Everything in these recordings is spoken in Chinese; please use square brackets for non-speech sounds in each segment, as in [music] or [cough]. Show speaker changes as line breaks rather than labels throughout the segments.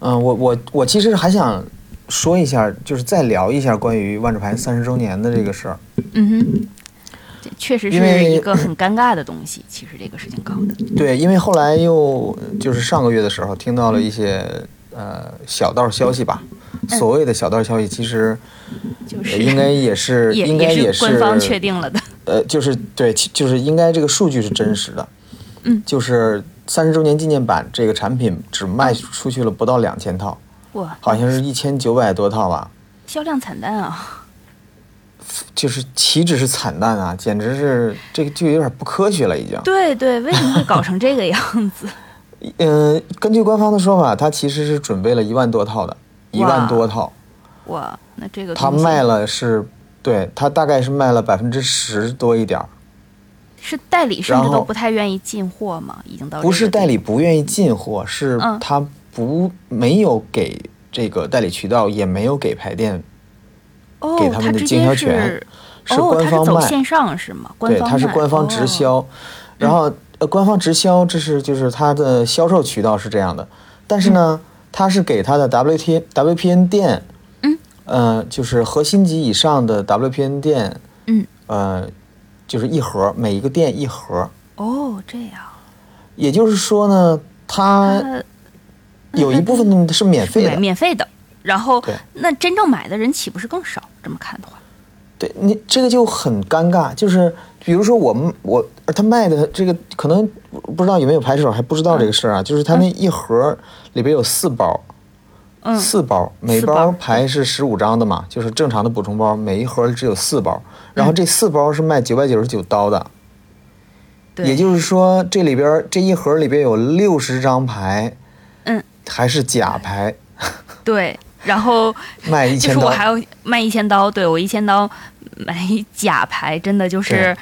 嗯，我我我其实还想说一下，就是再聊一下关于万智牌三十周年的这个事儿。
嗯哼，这确实
因
是
为
一个很尴尬的东西。 [laughs] 其实这个事情搞的，
对，因为后来又就是上个月的时候听到了一些呃小道消息吧，所谓的小道消息，其实
嗯就是
呃应该也是
[laughs] 也
应该
也
是
官方确定了的。 [laughs]
呃，就是对，其就是应该这个数据是真实的，
嗯
就是三十周年纪念版这个产品只卖出去了不到两千套，
哇，
好像是一千九百多套吧，
销量惨
[laughs]
淡啊！
就是岂止是惨淡啊，简直是这个就有点不科学了已经。
对对，为什么会搞成这个样子？ [laughs]
嗯、根据官方的说法，它其实是准备了一万多套的，一万
哇
多套，
哇，那这个
它
东西
卖了是，对，它大概是卖了百分之十多一点儿。
是代理甚
然
至都
后
不太愿意进货吗？已经到
不是代
理，
理不愿意进货，是
嗯
他不没有给这个代理渠道，也没有给牌店，
哦
给，他
它
们的
直
经
接
销
是
权是
哦，
官
它
方
是走
卖，
线上是吗？官
对，
方哦
它是
卖
官方直销，，然后呃，官方直销这是就是它的销售渠道是这样的，但是呢，它是给它的 WT WPN 店，
嗯，
呃，就是核心级以上的 WPN 店，
嗯，
呃，就是一盒，每一个店一盒，
哦，这样，
也就是说呢，它
它
有一部分是免费
对
的。
免费的，然后
对
那真正买的人岂不是更少？这么看的话，
对你这个就很尴尬，就是比如说我们我而他卖的这个可能不知道有没有牌手还不知道这个事儿啊，就是他那一盒里边有四包，
嗯
四包每
四包嗯
包牌是十五张的嘛，就是正常的补充包，每一盒只有四
嗯
包，然后这四包是卖九百九十九刀的，
对，
也就是说这里边这一盒里边有六十张牌
嗯
还是假牌，
对，然后
卖一
就
千
是
刀
我，还要卖一千刀，对我一千刀买假牌，真的就是
对。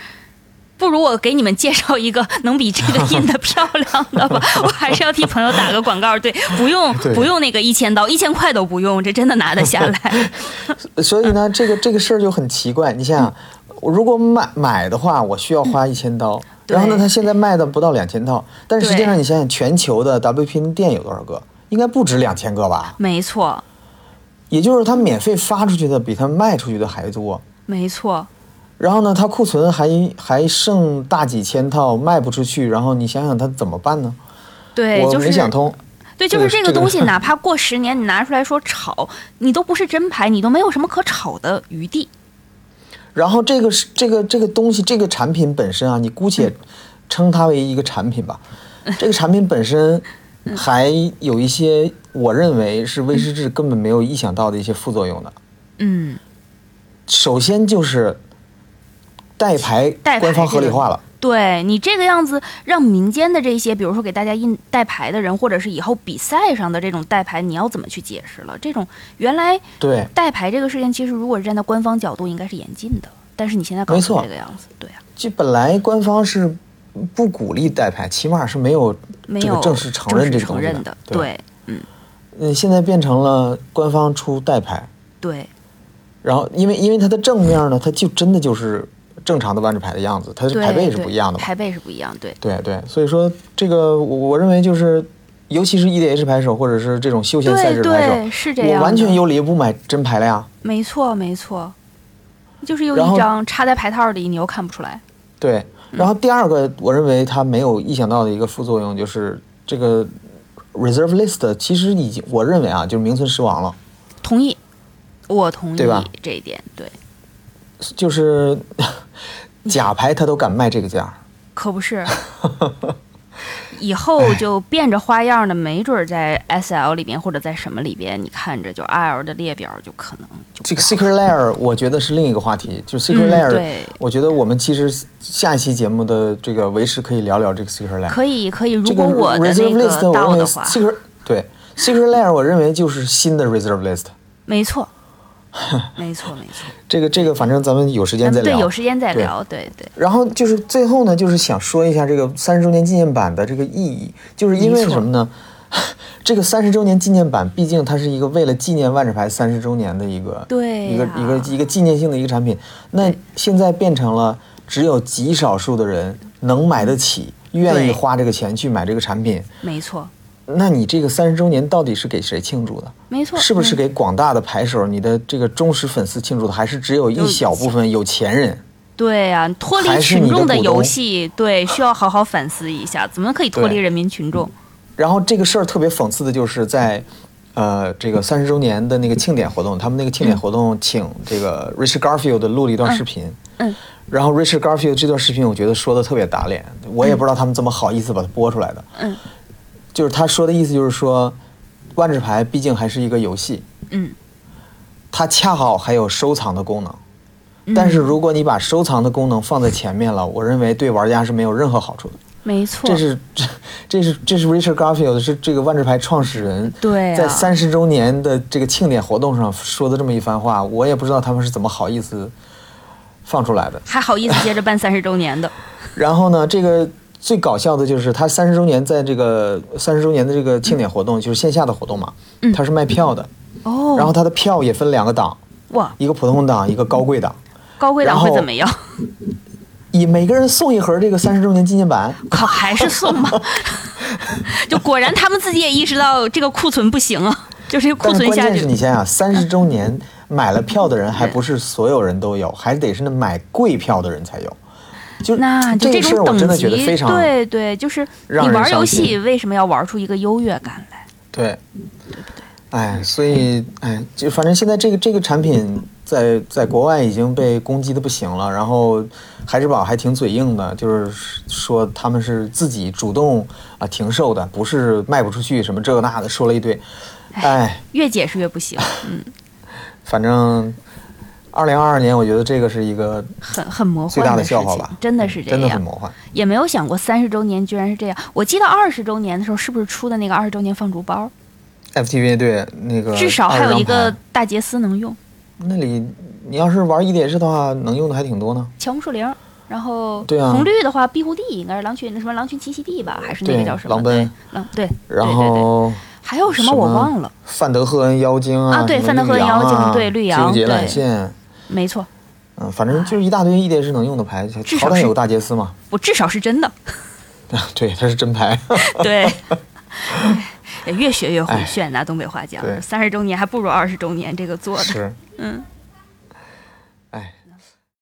不如我给你们介绍一个能比这个印的漂亮
[laughs]
的吧，我还是要替朋友打个广告。对，不用
对
不用那个一千刀，一千块都不用，这真的拿得
[laughs]
下来。
所以
嗯
呢，这个这个事儿就很奇怪。你想想，我如果买买的话，我需要花一千刀，
嗯对
然后呢，他现在卖的不到两千套，但是实际
对
上你想想，全球的 WPN 店有多少个？应该不止两千个吧？
没错，
也就是他免费发出去的比他卖出去的还多。
没错，
然后呢，他库存还还剩大几千套卖不出去，然后你想想他怎么办呢？
对，
我
就是
没想通。
对，就
这
是
个是
这个
这个
东西，哪怕过十年你拿出来说炒，你都不是真牌，你都没有什么可炒的余地。
然后这个是这个这个东西，这个产品本身啊，你姑且
嗯
称它为一个产品吧。这个产品本身还有一些我认为是威士忌根本没有意想到的一些副作用的。
嗯，
首先就是代牌
代牌
官方合理化了，
对你这个样子，让民间的这些，比如说给大家印代牌的人，或者是以后比赛上的这种代牌，你要怎么去解释了？这种原来
对
代牌这个事情，其实如果是站在官方角度，应该是严禁的，但是你现在搞
没
成
错
这个样子，对啊，
就本来官方是不鼓励代牌，起码是没有
没
这
有
个正式承认这个
承
东西
认
的。
对
嗯，现在变成了官方出代牌，
对
然后因为因为它的正面呢，它就真的就是正常的万智牌的样子，它是
对，
牌背是
对
不一样的嘛。
排位是不一样，对
对对，所以说这个我我认为就是，尤其是 EDH 牌手或者是这种休闲赛制
对
牌
对，
手，
是这样的，
我完全有理由不买真牌了呀。
没错，没错，就是有
然
一
后
张插在牌套里，你又看不出来。
对，
嗯
然后第二个，我认为它没有意想到的一个副作用就是这个 reserve list 其实已经我认为啊，就是名存实亡了，
同意，我同意
对吧
这一点，对，
就是 [laughs] 假牌他都敢卖这个价儿。
可
[laughs]
不是。以
哎
后就变着花样的，没准儿在 S L 里边或者在什么里边，你看着就 I L 的列表就可能就
这个 secret layer 我觉得是另一个话题，就是 secret
嗯
layer，、
对
我觉得我们其实下一期节目的这个维持可以聊聊这个 secret layer。
可以可以。如
这个
果我的
reserve
那
list
个
我
到
认为
的话，
secret 对 secret layer 我认为就是新的 reserve list。[laughs]
没错，没错没错。
这个这个反正咱们有时间
咱
再
们对
聊。
有时间再
对
聊，对对，
然后就是最后呢，就是想说一下这个三十周年纪念版的这个意义，就是因为
没错
什么呢？ [laughs] 这个三十周年纪念版，毕竟它是一个为了纪念万智牌三十周年的一个
对
一个
呀
一个一个纪念性的一个产品。那现在变成了只有极少数的人能买得起，愿意
对
花这个钱去买这个产品。
没错，
那你这个三十周年到底是给谁庆祝的？
没错，
是不是
嗯
给广大的牌手、你的这个忠实粉丝庆祝的，还是只有一小部分有钱人？
嗯对呀、脱离
还是
群
你的
众的
股
游
东
戏，对，需要好好反思一下，怎么可以脱离
对
人民群众？
然后这个事儿特别讽刺的就是在，呃，这个三十周年的那个庆典活动，他们那个庆典活动请这个 Richard Garfield 录了一段视频，
嗯嗯
然后 Richard Garfield 这段视频我觉得说的特别打脸，我也不知道他们怎么好意思把它播出来的，
嗯，
就是他说的意思就是说，万智牌毕竟还是一个游戏，
嗯，
它恰好还有收藏的功能。
嗯
但是如果你把收藏的功能放在前面了，我认为对玩家是没有任何好处的。
没错，
这是这这是这是 Richard Garfield 是这个万智牌创始人，
对啊
在三十周年的这个庆典活动上说的这么一番话，我也不知道他们是怎么好意思放出来的。
还好意思接着办三十周年的，
然后呢，这个最搞笑的就是他三十周年在这个三十周年的这个庆典活动，就是线下的活动嘛，他是卖票的，
嗯哦，
然后他的票也分两个档，
哇，
一个普通档，一个高贵档，
高贵党
然
会
后
怎么样？
以每个人送一盒这个三十周年纪念版。
靠，还是
[laughs]
送吧。就果然他们自己也意识到这个库存不行啊，就是嗯这个库
但是
存
关
下
键是你
去，
想想，三十周年买了票的人还不是所有人都有，还得是那买贵票的人才有。就
那就
这个事
种
儿，我
等级，
真的觉得非常
对对，就是你
让人
玩游
伤心
戏为什么要玩出一个优越感来？
对哎，所以哎，就反正现在这个这个产品在在国外已经被攻击的不行了，然后孩之宝还挺嘴硬的，就是说他们是自己主动啊停售的，不是卖不出去什么这个那的，说了一堆。哎，
越解释越
[laughs]
不行，嗯，
反正二零二二年，我觉得这个是一个
很很魔
最
幻
大的
事
笑话
情
吧，，嗯
真的是这
真的很
样，
魔幻。
也没有想过三十周年居然是这样。我记得二十周年的时候，是不是出的那个二十周年放逐包？
FTV 对那个
至少还有一
20
个
呃张牌
大杰斯能用，
那里，你要是玩 EDH 的话，能用的还挺多呢。
乔木树林儿。然后
对啊
红绿的话，庇护地应该是狼群那什么狼群栖息地吧，还是那个
对
叫什么？
狼奔，
嗯，对，
然
对对对
后
还有什么我忘了，
范德赫恩妖精啊，
啊对
什么
范德赫恩
绿羊
妖
啊
精对绿羊
纠结
对
缆线，
没错，
嗯，反正就是一大堆 EDH 能用的牌，
至少
好歹
是
有大杰斯嘛。 [laughs]
我至少是真的，
对，它是真牌。
对。 [laughs] 哎越学越回
哎
啊旋呐、东北话讲
对
三十周年还不如二十周年这个做
[laughs]
的，
是，
嗯，
哎